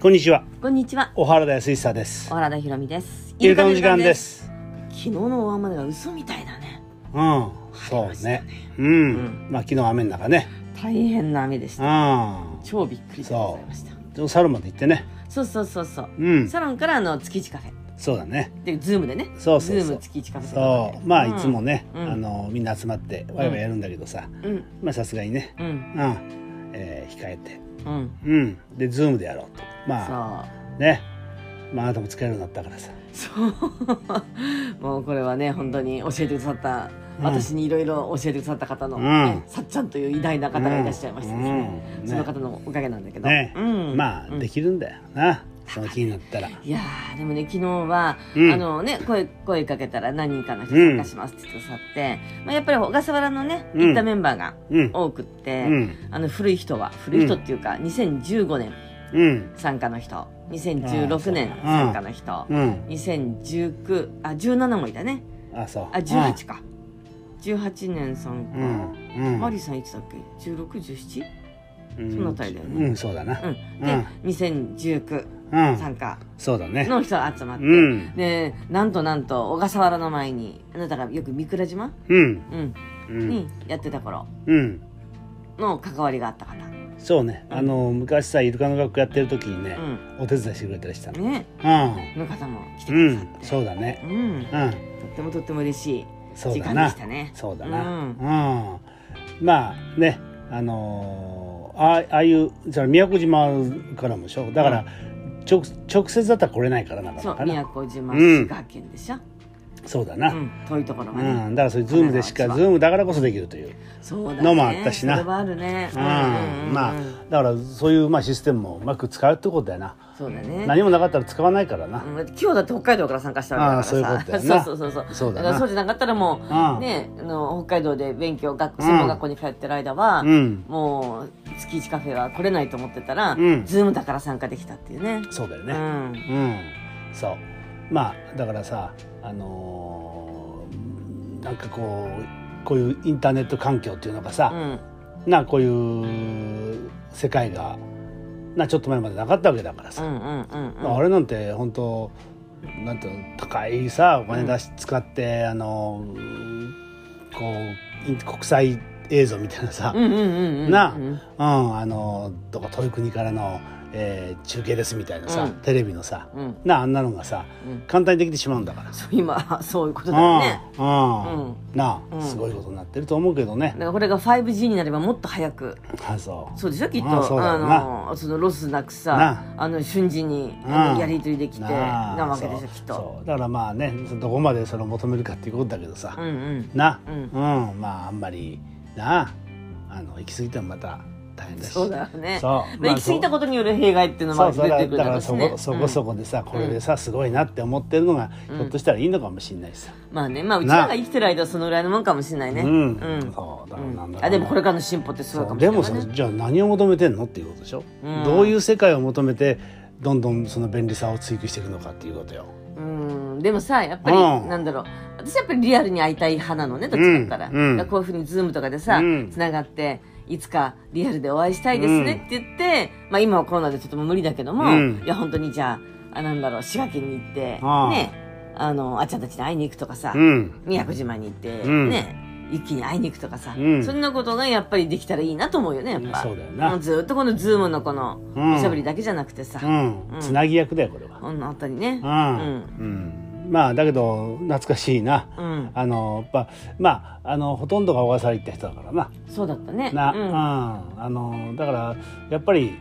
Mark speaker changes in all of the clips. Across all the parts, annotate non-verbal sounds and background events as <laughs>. Speaker 1: こんにちは
Speaker 2: こんにちは、
Speaker 1: 小原田康久です
Speaker 2: 小原田ひろみです。
Speaker 1: イルカの時間で。す
Speaker 2: 昨日の大雨が嘘みたいだね。
Speaker 1: うん
Speaker 2: 晴れ
Speaker 1: そ
Speaker 2: まし
Speaker 1: う
Speaker 2: た
Speaker 1: ねうん、
Speaker 2: うん
Speaker 1: まあ昨日雨の中ね
Speaker 2: 大変な雨でした。
Speaker 1: あ
Speaker 2: 超びっくりでございました。
Speaker 1: あサロンまで行ってね
Speaker 2: そうそうそうそう。
Speaker 1: うん
Speaker 2: サロンからあの月一カフェ
Speaker 1: そうだね
Speaker 2: でズームでね。
Speaker 1: そうそうそう
Speaker 2: ズーム月一カフェってこ
Speaker 1: そ
Speaker 2: と
Speaker 1: う
Speaker 2: で
Speaker 1: まあいつも。ね、
Speaker 2: うん
Speaker 1: あのみんな集まってワイワイやるんだけどさ、
Speaker 2: うん
Speaker 1: まあさすがにね
Speaker 2: うん
Speaker 1: うん、えー、控えて
Speaker 2: うん。
Speaker 1: うんでズームでやろうとまあ
Speaker 2: そう。
Speaker 1: ねまああなたも使えるようになったからさ
Speaker 2: そう。 <laughs> もうこれはね本当に教えてくださった、
Speaker 1: うん
Speaker 2: 私にいろいろ教えてくださった方の、
Speaker 1: うん
Speaker 2: ねさっちゃんという偉大な方がいらっしゃいましてですね。
Speaker 1: うんうん
Speaker 2: その方のおかげなんだけど。
Speaker 1: ね
Speaker 2: うん、
Speaker 1: ま
Speaker 2: う
Speaker 1: あ
Speaker 2: ん
Speaker 1: できるんだよな、その気になったら
Speaker 2: いやーでもね昨日は、
Speaker 1: うん
Speaker 2: あのね声声かけたら何人かの人参加しますって言ってくださって、まあ、やっぱり小笠原のね
Speaker 1: うん
Speaker 2: 行ったメンバーが
Speaker 1: うん
Speaker 2: 多くって、
Speaker 1: うん
Speaker 2: あの古い人は古い人っていうか、2015年
Speaker 1: うん
Speaker 2: 参加の人
Speaker 1: あーそ
Speaker 2: 2016
Speaker 1: う
Speaker 2: 年参加の人、
Speaker 1: うん
Speaker 2: 2019あ17もいたね
Speaker 1: あそう
Speaker 2: あ18か、18年参
Speaker 1: うん
Speaker 2: 加、
Speaker 1: うん
Speaker 2: マリさんいつだっけ 1617?
Speaker 1: うん
Speaker 2: そのあたりだよね
Speaker 1: うんそうだな
Speaker 2: うんで、2019
Speaker 1: うん
Speaker 2: 参加
Speaker 1: そうだね
Speaker 2: の人が集まって、
Speaker 1: うん
Speaker 2: でなんとなんと小笠原の前にあなたがよく三倉島、
Speaker 1: うん
Speaker 2: うん
Speaker 1: うん
Speaker 2: にやってた頃
Speaker 1: うん
Speaker 2: の関わりがあった方、う
Speaker 1: そうね
Speaker 2: うん
Speaker 1: あの昔さイルカの学校やってる時にね
Speaker 2: ん
Speaker 1: お手伝いしてくれたりしたの
Speaker 2: ね、
Speaker 1: う
Speaker 2: の方も来て
Speaker 1: ん
Speaker 2: く
Speaker 1: う
Speaker 2: ださ
Speaker 1: ん
Speaker 2: って、
Speaker 1: そうだね
Speaker 2: うん
Speaker 1: うん
Speaker 2: とってもとっても嬉しい
Speaker 1: そう
Speaker 2: 時
Speaker 1: だ
Speaker 2: 間
Speaker 1: な
Speaker 2: でしたね。
Speaker 1: そうだ
Speaker 2: う
Speaker 1: なうんまあねあのーあああいうそれ宮古島からもでしょだから直直接だったら来れないからなか
Speaker 2: そ
Speaker 1: な
Speaker 2: う
Speaker 1: か
Speaker 2: 宮
Speaker 1: な
Speaker 2: 古島
Speaker 1: うん
Speaker 2: 滋賀県でしょ、
Speaker 1: そうだ
Speaker 2: う、
Speaker 1: なん
Speaker 2: 遠いところ
Speaker 1: う
Speaker 2: がね、
Speaker 1: んだからそういうズームでしかズ
Speaker 2: 神奈川千葉
Speaker 1: ームだからこそできるという
Speaker 2: そうだね
Speaker 1: のもあったしな
Speaker 2: それはあるね、
Speaker 1: うん
Speaker 2: うんうんうん
Speaker 1: まあだからそういうまあシステムもうまく使うってことだよな
Speaker 2: そうだね
Speaker 1: 何もなかったら使わないからな
Speaker 2: うんだって今日だって北海道から参加したわけだからさ
Speaker 1: ああそういうことだよな
Speaker 2: そうそうそうそう
Speaker 1: そうだな
Speaker 2: からそうじゃなかったらも
Speaker 1: ああ
Speaker 2: うねあの北海道で勉強学
Speaker 1: うん
Speaker 2: 専門学校に通ってる間は、
Speaker 1: うん
Speaker 2: もう月一カフェは来れないと思ってたら、
Speaker 1: うん
Speaker 2: ズームだから参加できたっていうね
Speaker 1: そうだよ
Speaker 2: う
Speaker 1: ね
Speaker 2: ん
Speaker 1: うん、そうまあだからさあのーなんかこうこういうインターネット環境っていうのが
Speaker 2: う
Speaker 1: さ、
Speaker 2: ん
Speaker 1: なこういう世界がなちょっと前までなかったわけだから
Speaker 2: う
Speaker 1: さ、
Speaker 2: んうんうんうん
Speaker 1: あれなんて本当なんていうの高いさお金出し、使ってあのーこうイン国際映像みたいなさ、
Speaker 2: うんうんうんうん
Speaker 1: なあ
Speaker 2: うん
Speaker 1: うん、あのとか遠い国からの、えー中継ですみたいなさ、
Speaker 2: うん
Speaker 1: テレビのさ
Speaker 2: うん
Speaker 1: なあんなのがさ
Speaker 2: うん
Speaker 1: 簡単にできてしまうんだから。
Speaker 2: そう今そういうことだよね
Speaker 1: うん
Speaker 2: う
Speaker 1: うんんなあ、
Speaker 2: うん
Speaker 1: すごいことになってると思うけどね
Speaker 2: だ。からこれが 5G になればもっと早く
Speaker 1: あそう
Speaker 2: そうでしょきっと
Speaker 1: ああそうだ
Speaker 2: あ
Speaker 1: よな
Speaker 2: のそのロスなくさ
Speaker 1: な
Speaker 2: あの瞬時に
Speaker 1: う
Speaker 2: あ
Speaker 1: ん
Speaker 2: のやり取りできて
Speaker 1: なあ
Speaker 2: なわけでしょき
Speaker 1: そ
Speaker 2: っ
Speaker 1: う
Speaker 2: と
Speaker 1: そうだからまあねどこまでそれを求めるかっていうことだけどさ
Speaker 2: う、んうん
Speaker 1: な、
Speaker 2: う
Speaker 1: うんんまああんまりなああの行き過ぎてもまた大変だし
Speaker 2: そうだよね
Speaker 1: そう
Speaker 2: まあ行き過ぎたことによる弊害っていうの
Speaker 1: そ
Speaker 2: も
Speaker 1: う
Speaker 2: 出
Speaker 1: そうだ
Speaker 2: てくる
Speaker 1: だから
Speaker 2: ろう
Speaker 1: そこ,、
Speaker 2: しね
Speaker 1: そこそこでさこれでさすごいなって思ってるのが、
Speaker 2: うん
Speaker 1: ひょっとしたらいいのかもしれないしさ、
Speaker 2: まあねまあうちらが生きてる間はそのぐらいのもんかもしれないね
Speaker 1: うん
Speaker 2: う
Speaker 1: そうだからなんだろうな
Speaker 2: あでもこれからの進歩ってすごいか
Speaker 1: そう
Speaker 2: もしれ
Speaker 1: で
Speaker 2: な
Speaker 1: も
Speaker 2: い
Speaker 1: さ
Speaker 2: ね
Speaker 1: じゃあ何を求めてんのっていうことでしょ、
Speaker 2: うん
Speaker 1: どういう世界を求めてどんどんその便利さを追求していくのかっていうことよ。
Speaker 2: うんでもさやっぱり、
Speaker 1: うん
Speaker 2: なんだろう私やっぱりリアルに会いたい派なのねどっちかって言ったら,、
Speaker 1: うんうん
Speaker 2: こういうふうにズームとかでさ、
Speaker 1: うん
Speaker 2: つながっていつかリアルでお会いしたいですねって言って、まあ今はコロナでちょっともう無理だけども、
Speaker 1: うん
Speaker 2: いや本当にじゃああなんだろう滋賀県に行って
Speaker 1: ああ
Speaker 2: ねあのあっちゃんたちに会いに行くとかさ、
Speaker 1: うん、
Speaker 2: 宮古島に行って、
Speaker 1: うん
Speaker 2: ね一気に会いに行くとかさ、
Speaker 1: うん
Speaker 2: そんなことがやっぱりできたらいいなと思うよねやっぱ、
Speaker 1: そうだよな
Speaker 2: もうずっとこのズームのこの
Speaker 1: うん
Speaker 2: おしゃべりだけじゃなくてさ、
Speaker 1: うん
Speaker 2: うん
Speaker 1: つなぎ役だよこれは。
Speaker 2: このあたりね
Speaker 1: うんうんまあだけど懐かしいな。
Speaker 2: うん、うん、
Speaker 1: あのやっぱまああのほとんどが小笠原行った人だからな。
Speaker 2: そうだったね
Speaker 1: な、
Speaker 2: う
Speaker 1: うんんあのだからやっぱり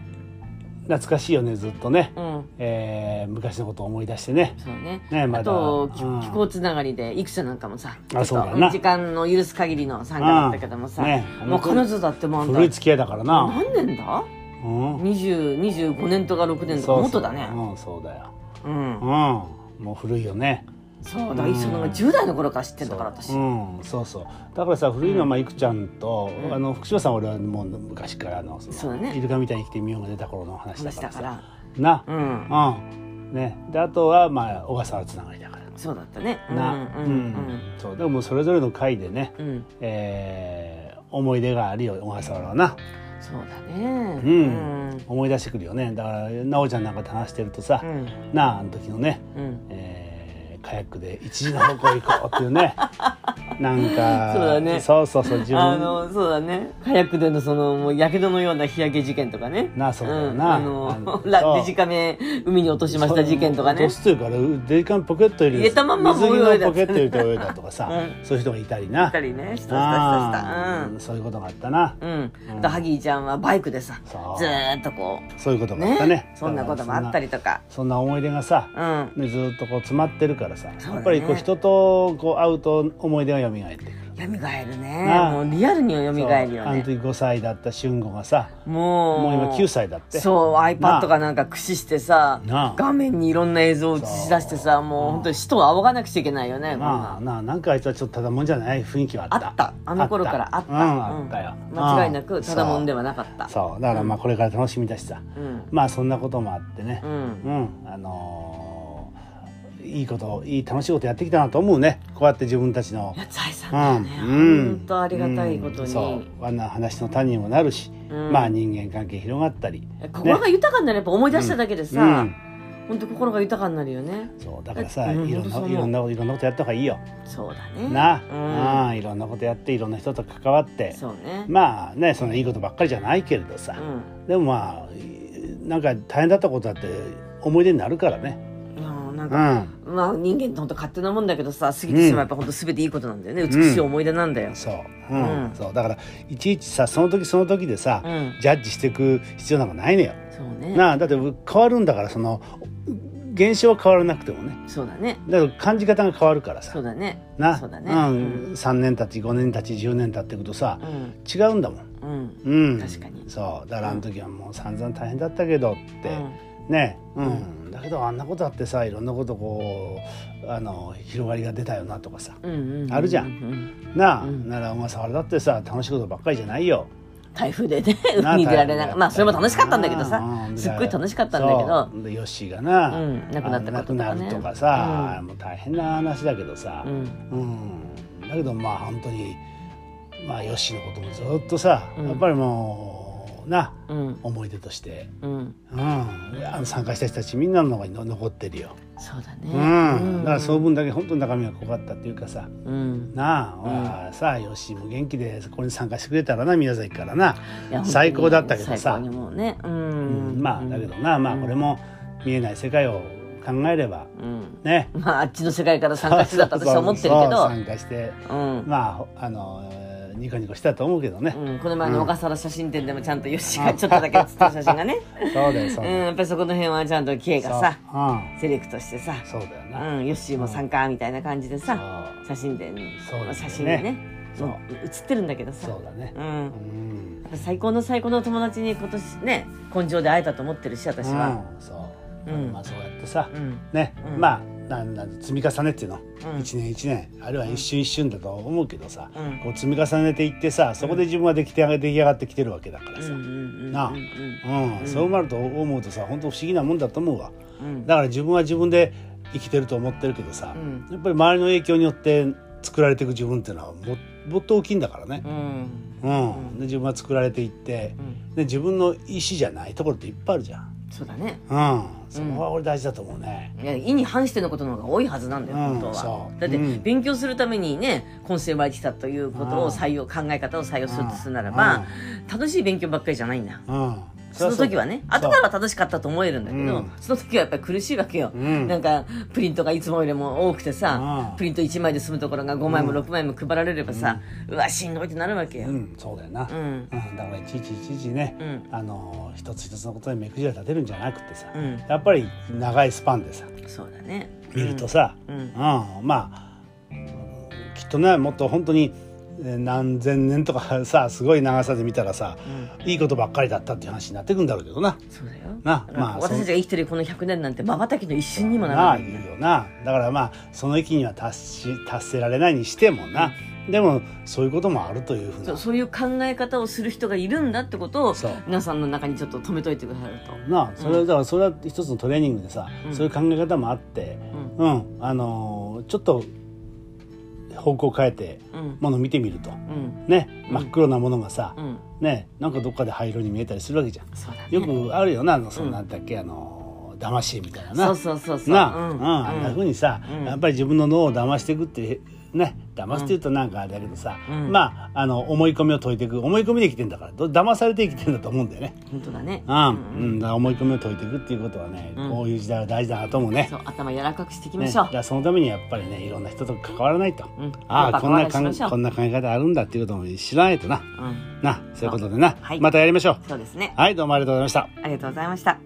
Speaker 1: 懐かしいよねずっとね、
Speaker 2: うん、
Speaker 1: えー昔のことを思い出してね。
Speaker 2: そうね。
Speaker 1: ねま
Speaker 2: あ
Speaker 1: だ
Speaker 2: と、
Speaker 1: うん
Speaker 2: き気候つながりで、いくつなんかもさ、ちょ
Speaker 1: あ
Speaker 2: っ
Speaker 1: そうだ
Speaker 2: と
Speaker 1: な
Speaker 2: 時間の許す限りの参加だったけどもさ、
Speaker 1: うんね
Speaker 2: もう彼女だってもうあんた
Speaker 1: 古い付き合いだからな。
Speaker 2: 何年だ
Speaker 1: うん。
Speaker 2: 20 ?25 年とか6年とか元だね。
Speaker 1: そうそううんそうだよ。
Speaker 2: うん
Speaker 1: う。んもう古いよね。
Speaker 2: そうだ、
Speaker 1: うん
Speaker 2: その10代の頃から知ってんだから、私。
Speaker 1: うん、そうそう。だからさ、古いのはまあいくちゃんと、
Speaker 2: うん
Speaker 1: あの福島さん、俺はもう昔からあの、その
Speaker 2: そうだね
Speaker 1: イルカみたいに生きてみようが出た頃の話だ
Speaker 2: 話
Speaker 1: か
Speaker 2: だ
Speaker 1: ら
Speaker 2: か
Speaker 1: さ。
Speaker 2: ら。
Speaker 1: な、
Speaker 2: うん。
Speaker 1: うん、ね、で、あとはまあ小笠原つながりだから。
Speaker 2: そうだったね。
Speaker 1: な、
Speaker 2: うん。
Speaker 1: そう、でももうそれぞれの回でね、
Speaker 2: うん。うん。
Speaker 1: えー思い出があるよ、小笠原はな。
Speaker 2: そうだね
Speaker 1: うん思い出してくるよねだから奈緒ちゃんなんかと話してるとさ、
Speaker 2: うん
Speaker 1: なああの時のね、
Speaker 2: うん
Speaker 1: えーカヤックで一時の方向行こうっていう
Speaker 2: <laughs>
Speaker 1: ねなんか
Speaker 2: そうだね
Speaker 1: そうそうそう自
Speaker 2: あ
Speaker 1: 分
Speaker 2: のそうだね早くでのそのもうやけどのような日焼け事件とかね
Speaker 1: なあそうだよな
Speaker 2: うんあの
Speaker 1: あの
Speaker 2: ラ
Speaker 1: そう
Speaker 2: デジカメ海に落としました事件とかね
Speaker 1: 年というからデジカンポケットより
Speaker 2: 入れたまんま
Speaker 1: 水着
Speaker 2: もう泳
Speaker 1: の
Speaker 2: いだ
Speaker 1: ポケットより泳いだとかさ、
Speaker 2: う
Speaker 1: そういう人がいたりな
Speaker 2: したりねしたしたしたした
Speaker 1: あ
Speaker 2: う
Speaker 1: ー
Speaker 2: ん
Speaker 1: そういうことがあったな、
Speaker 2: うん、あとハギーちゃんはバイクでさ
Speaker 1: そう
Speaker 2: ずーっとこ
Speaker 1: そういうこと
Speaker 2: う
Speaker 1: があったね
Speaker 2: そんなこともあったりとか
Speaker 1: そんな思い出がさ、
Speaker 2: うん
Speaker 1: ねずっとこう詰まってるからさ、
Speaker 2: そうだね
Speaker 1: やっぱりこう人とこう会うと思い出が蘇ってくる
Speaker 2: よみがえるね
Speaker 1: なあ
Speaker 2: もうリアルによみがえる
Speaker 1: そう
Speaker 2: よ
Speaker 1: あの時
Speaker 2: ね
Speaker 1: 5歳だった俊吾がさ
Speaker 2: もう
Speaker 1: もう今9歳だって
Speaker 2: そう
Speaker 1: なあ
Speaker 2: iPad かなんか駆使してさ
Speaker 1: なあ
Speaker 2: 画面にいろんな映像を映し出してさもう本当に死と仰がなくちゃいけないよねこん
Speaker 1: な
Speaker 2: な
Speaker 1: あなあなんかあいつはちょっとただもんじゃない雰囲気はあ
Speaker 2: あ
Speaker 1: った
Speaker 2: ったあの頃からあった
Speaker 1: うんあったよ、
Speaker 2: うん間違いなくただもんで
Speaker 1: は
Speaker 2: はなかった
Speaker 1: そうそうだからまあこれから楽しみだしさ、
Speaker 2: うん
Speaker 1: まあそんなこともあってね
Speaker 2: うん
Speaker 1: うん、あのーいいこといい楽しいことやってきたなと思うねこうやって自分たちの
Speaker 2: いや財産
Speaker 1: う
Speaker 2: だよ
Speaker 1: ん
Speaker 2: ね、
Speaker 1: うん
Speaker 2: 本当ありがたいこと
Speaker 1: うん
Speaker 2: に、
Speaker 1: そうあんな話の種にもなるし、
Speaker 2: うん
Speaker 1: まあ人間関係広がったり
Speaker 2: 心が豊かになるやっぱ思い出しただけでさ、
Speaker 1: うん
Speaker 2: 本当心が豊かになるよね
Speaker 1: そうだからさ、
Speaker 2: うん
Speaker 1: いろ
Speaker 2: 本
Speaker 1: ん
Speaker 2: 当そ
Speaker 1: な
Speaker 2: う
Speaker 1: いろんないろんなことやった方がいいよ、
Speaker 2: そうだね
Speaker 1: なあ、
Speaker 2: うん
Speaker 1: あいろんなことやっていろんな人と関わって
Speaker 2: そうね、
Speaker 1: まあねそのいいことばっかりじゃないけれどさ、でもまあなんか大変だったことだって思い出になるからね
Speaker 2: うん、まあなん
Speaker 1: う
Speaker 2: か、
Speaker 1: ん
Speaker 2: まあ人間って本当勝手なもんだけどさ過ぎてしまえばやっぱ本当全ていいことなんだよね美しい思い出なんだよ、
Speaker 1: そう、うん
Speaker 2: うん
Speaker 1: そうだからいちいちさその時その時でさ、
Speaker 2: うん
Speaker 1: ジャッジしていく必要なんかないのよ、
Speaker 2: そうね
Speaker 1: なあだって変わるんだからその現象は変わらなくてもね
Speaker 2: そうだね
Speaker 1: だから感じ方が変わるからさ
Speaker 2: そうだね
Speaker 1: な
Speaker 2: そうだね
Speaker 1: ん、3年たち5年たち10年たっていくとさ、
Speaker 2: うん
Speaker 1: 違うんだもん、
Speaker 2: うん
Speaker 1: うん、
Speaker 2: 確かに
Speaker 1: そうだからあの時はもう散々大変だったけどって、
Speaker 2: う
Speaker 1: ねうん、だけどあんなことあってさいろんなことこうあの広がりが出たよなとかさ
Speaker 2: うんうんうん
Speaker 1: あるじゃん
Speaker 2: うん
Speaker 1: なあ、
Speaker 2: うん
Speaker 1: なら小笠原だってさ楽しいことばっかりじゃないよ
Speaker 2: 台
Speaker 1: <laughs>
Speaker 2: 風でね海に出られ
Speaker 1: 台
Speaker 2: ない
Speaker 1: 風
Speaker 2: まあそれも楽しかったんだけどさ
Speaker 1: うん
Speaker 2: すっごい楽しかったんだけど
Speaker 1: そうでヨッシーがな、
Speaker 2: うん亡くなったこととかね
Speaker 1: あ亡くなるとかさ、もう大変な話だけどさ
Speaker 2: う、ん
Speaker 1: うんだけどまあ本当にまあヨッシーのこともずっとさ、
Speaker 2: うん
Speaker 1: やっぱりもうな
Speaker 2: うん
Speaker 1: 思い出として、
Speaker 2: うん
Speaker 1: うん、あの参加した人たちみんなの中にの残ってるよ、
Speaker 2: そうだね
Speaker 1: うんだからその
Speaker 2: う
Speaker 1: 分だけ本当に中身が濃かったっていうかさ
Speaker 2: うん
Speaker 1: なあ、まあさあヨッシーも元気でこれに参加してくれたらな宮崎からな。
Speaker 2: いや
Speaker 1: 最高だったけどさ
Speaker 2: 最高にもうねうん
Speaker 1: うんまあだけどなまあこれも見えない世界を考えれば
Speaker 2: うん
Speaker 1: ね
Speaker 2: まああっちの世界から参加してたと私は思ってるけ
Speaker 1: そうそう
Speaker 2: ど
Speaker 1: <laughs> 参加して
Speaker 2: うん
Speaker 1: まああのえーニコニコしたと思うけどね
Speaker 2: うんこの前の小笠原写真展でもちゃんとよしがちょっとだけ写った写真がね
Speaker 1: そうだよそううんだよ
Speaker 2: やっぱりそこの辺はちゃんとキエが
Speaker 1: そう
Speaker 2: さ
Speaker 1: うん
Speaker 2: セレクトしてさ
Speaker 1: そうだよ
Speaker 2: う
Speaker 1: なん
Speaker 2: ヨッシーも参加みたいな感じでさ
Speaker 1: そ
Speaker 2: 写真展
Speaker 1: そうだね
Speaker 2: 写真でね
Speaker 1: そう
Speaker 2: もう写ってるんだけど
Speaker 1: う
Speaker 2: さ
Speaker 1: そうだね
Speaker 2: う
Speaker 1: うんん
Speaker 2: やっぱ最高の最高の友達に今年ね根性で会えたと思ってるし私は
Speaker 1: うんそう
Speaker 2: うん
Speaker 1: まあそうやってさ
Speaker 2: うん
Speaker 1: ね
Speaker 2: うん
Speaker 1: まあなんなん積み重ねっていうの
Speaker 2: うん
Speaker 1: 一年一年あるいは一瞬一瞬だと思うけどさ
Speaker 2: うん
Speaker 1: こう積み重ねていってさそこで自分は出来上が出来上がってきてるわけだから
Speaker 2: うん
Speaker 1: さ
Speaker 2: うんうん
Speaker 1: なあ
Speaker 2: うん
Speaker 1: うん、そうなると思うとさ本当不思議なもんだと思うわ
Speaker 2: うん
Speaker 1: だから自分は自分で生きてると思ってるけどさ、
Speaker 2: うん
Speaker 1: やっぱり周りの影響によって作られていく自分っていうのはももっと大きいんだからね
Speaker 2: う、ん
Speaker 1: うんで自分は作られていって
Speaker 2: うん
Speaker 1: で自分の意思じゃないところっていっぱいあるじゃん、
Speaker 2: そうだね
Speaker 1: うん、そこは俺大事だと思うね、
Speaker 2: いや意に反してのことの方が多いはずなんだよ、
Speaker 1: うん
Speaker 2: 本当は
Speaker 1: そう
Speaker 2: だって、
Speaker 1: うん
Speaker 2: 勉強するためにね今世巻いてきたということを採用考え方を採用するとするならば、楽しい勉強ばっかりじゃないんだ
Speaker 1: うん
Speaker 2: その時はね
Speaker 1: そう
Speaker 2: 後からは楽しかったと思えるんだけど、
Speaker 1: うん
Speaker 2: その時はやっぱり苦しいわけよ、
Speaker 1: うん
Speaker 2: なんかプリントがいつもよりも多くてさ、
Speaker 1: うん
Speaker 2: プリント1枚で済むところが5枚も6枚も配られればさ、うわしんどいってなるわけよ、
Speaker 1: うん、そうだよな、
Speaker 2: うん
Speaker 1: だからいちいちいちいちね、
Speaker 2: う
Speaker 1: あのー一つ一つのことに目くじら立てるんじゃなくてさ、
Speaker 2: うん
Speaker 1: やっぱり長いスパンでさ
Speaker 2: そうだね
Speaker 1: 見るとさ、
Speaker 2: うんうん
Speaker 1: まあうんきっとねもっと本当にえー何千年とか <laughs> さすごい長さで見たらさ、いいことばっかりだったっていう話になってくんだろうけどな。
Speaker 2: そうだよ
Speaker 1: な
Speaker 2: だから
Speaker 1: まあ
Speaker 2: 私たちが生きてるこの100年なんてまばたきの一瞬にもなら
Speaker 1: なあ
Speaker 2: ない
Speaker 1: いいよなだからまあその域には達し達せられないにしてもな、でもそういうこともあるというふう
Speaker 2: そ
Speaker 1: な
Speaker 2: うそういう考え方をする人がいるんだってことを
Speaker 1: そう
Speaker 2: 皆さんの中にちょっと止めといてくださると
Speaker 1: なあそれはだからそれは一つのトレーニングでさ、
Speaker 2: うん
Speaker 1: そういう考え方もあって、うんあのーちょっと方向変えて
Speaker 2: うん
Speaker 1: もの見てみると
Speaker 2: うん
Speaker 1: ね真っ黒なものがさ、
Speaker 2: うん
Speaker 1: ねなんかどっかで灰色に見えたりするわけじゃん
Speaker 2: そうだね
Speaker 1: よくあるよなあのそんなんだっけ、あの騙しみたいなな
Speaker 2: そうそうそうそう
Speaker 1: なあ、
Speaker 2: う
Speaker 1: うんんあんなふうにさ、
Speaker 2: うん
Speaker 1: やっぱり自分の脳を騙していくってね騙すっていうとなんかあれだけどさ、
Speaker 2: うん
Speaker 1: まああの思い込みを解いていく思い込みで生きてんだからど騙されて生きてんだと思うんだよね。
Speaker 2: 本当だね
Speaker 1: うんうん、だから思い込みを解いていくっていうことはね、
Speaker 2: うん
Speaker 1: こういう時代は大事だなともね
Speaker 2: そう頭柔らかくしていきま
Speaker 1: ね
Speaker 2: し
Speaker 1: だ
Speaker 2: ょう
Speaker 1: か、らそのためにやっぱりねいろんな人と関わらないと、
Speaker 2: うん
Speaker 1: ああこんな
Speaker 2: か
Speaker 1: か
Speaker 2: ん
Speaker 1: んこんな考え方あるんだっていうことも知らないとな
Speaker 2: うん
Speaker 1: なそういうことでな、
Speaker 2: はい
Speaker 1: またやりましょう
Speaker 2: そうですね
Speaker 1: はいどうもありがとうございました
Speaker 2: ありがとうございました